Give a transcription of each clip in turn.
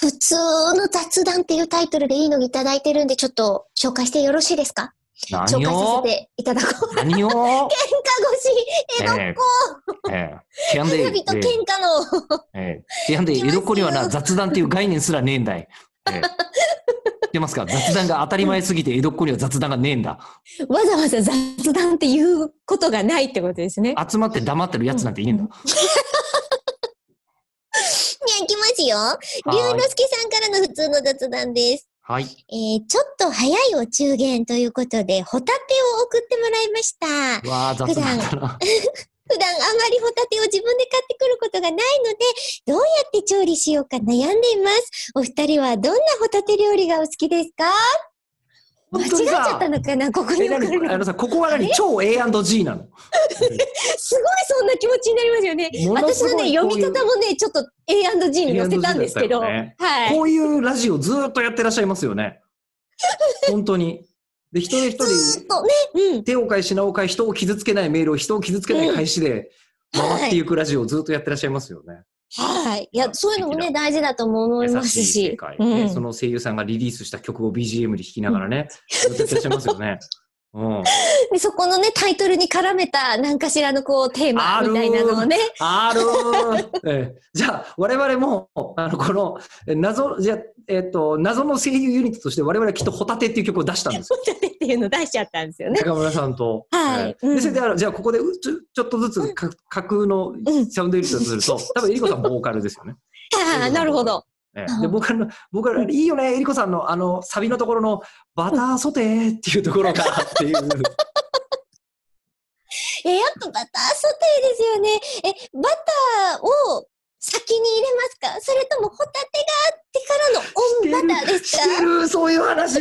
普通の雑談っていうタイトルでいいのにいただいてるんで、ちょっと紹介してよろしいですか紹何介させをていただこう。喧嘩 何を腰、江戸っえ子、えええ。なんで、え人々喧嘩の、えええ。なんで、江戸っ子にはな、来ます雑談っていう概念すらねえんだい。ええ。知ってますか雑談が当たり前すぎて、江戸っ子には雑談がねえんだ。わざわざ雑談っていうことがないってことですね。集まって黙ってるやつなんていねえんだ。ね、いきますよ。龍はーい之介さんからの普通の雑談です。はい。えー、ちょっと早いお中元ということで、ホタテを送ってもらいました。うわあ、雑談だな。普段あまりホタテを自分で買ってくることがないので、どうやって調理しようか悩んでいます。お二人はどんなホタテ料理がお好きですか間違え本当にちさゃったのかなここにえ、送何ある。のさ、ここは何超 A&G なのすごいそんな気持ちになりますよね。もの私すごいのね、読こうみいう方もね、ちょっと A&G に載せたんですけど、 A&G だったよねはい。こういうラジオずーっとやってらっしゃいますよね。本当に。で、一人一ずー人っ、とね、うん。手を返し、なお返し、人を傷つけないメールを人を傷つけない返しで回っていくラジオをずーっとやってらっしゃいますよね。はい。いや、そういうのもね、大事だとも思います優しい世し。界、うんねその声優さんがリリースした曲を BGM で弾きながらね、ずっとやってらっしゃいますよね。うん。で、そこのね、タイトルに絡めた何かしらのこう、テーマみたいなのをね。あるー、ええじゃあ、我々も、あの、この、え謎、じゃあえっ、と、謎の声優ユニットとして、我々はきっとホタテっていう曲を出したんですよ。ホタテ っていうの出しちゃったんですよね。中村さんと。はいええうんで、それで、あのじゃあ、ここで、うちょちょっとずつか、架空のうんサウンドユニットとすると、多分、えりこさんボーカルですよね。ああ、なるほど。ええで、ボーカルの、ボーカル、いいよね、えりこさんの、あの、サビのところの、バターソテーっていうところが、って いう。え、やっぱバターソテーですよね。え、バターを先に入れますかそれともホタテがあってからのオンバターですかしてる、そういう話。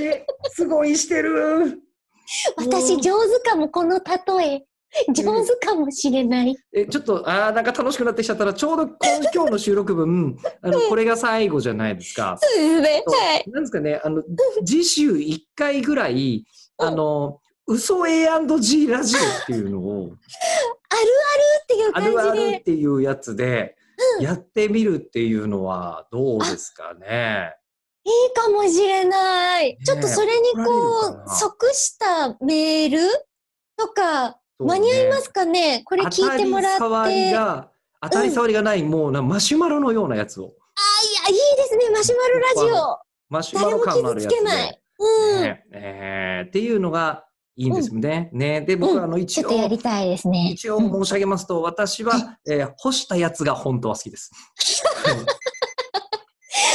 すごいしてる。 私上手かも、この例え。上手かもしれない。えちょっとあーなんか楽しくなってきちゃったらちょうどこ ん今日の収録分あのこれが最後じゃないですか。そうですね。はい。なんですかねあの次週1回ぐらい うんあの嘘 A&G ラジオっていうのあをるああるっているうあ感じるっで。ていうやつでやってみるっていうのはどうですかね。いいかもしれない。ちょっとそれに怒られるこかう、な即したメールとか、そうね間に合いますかねこれ聞いてもらって。当たり障りが当たり障りがない、もうなマシュマロのようなやつをいや、いいですね、マシュマロラジオ。マシュマロ感のあるやつ誰も傷つけなでい。うん。ねえーっていうのがいいんですね。ねで僕はあの一ちょっ、応とやりたいですね。一応申し上げますと、私は、えー干したやつが本当は好きです。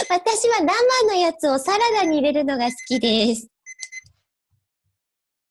私は生のやつをサラダに入れるのが好きです。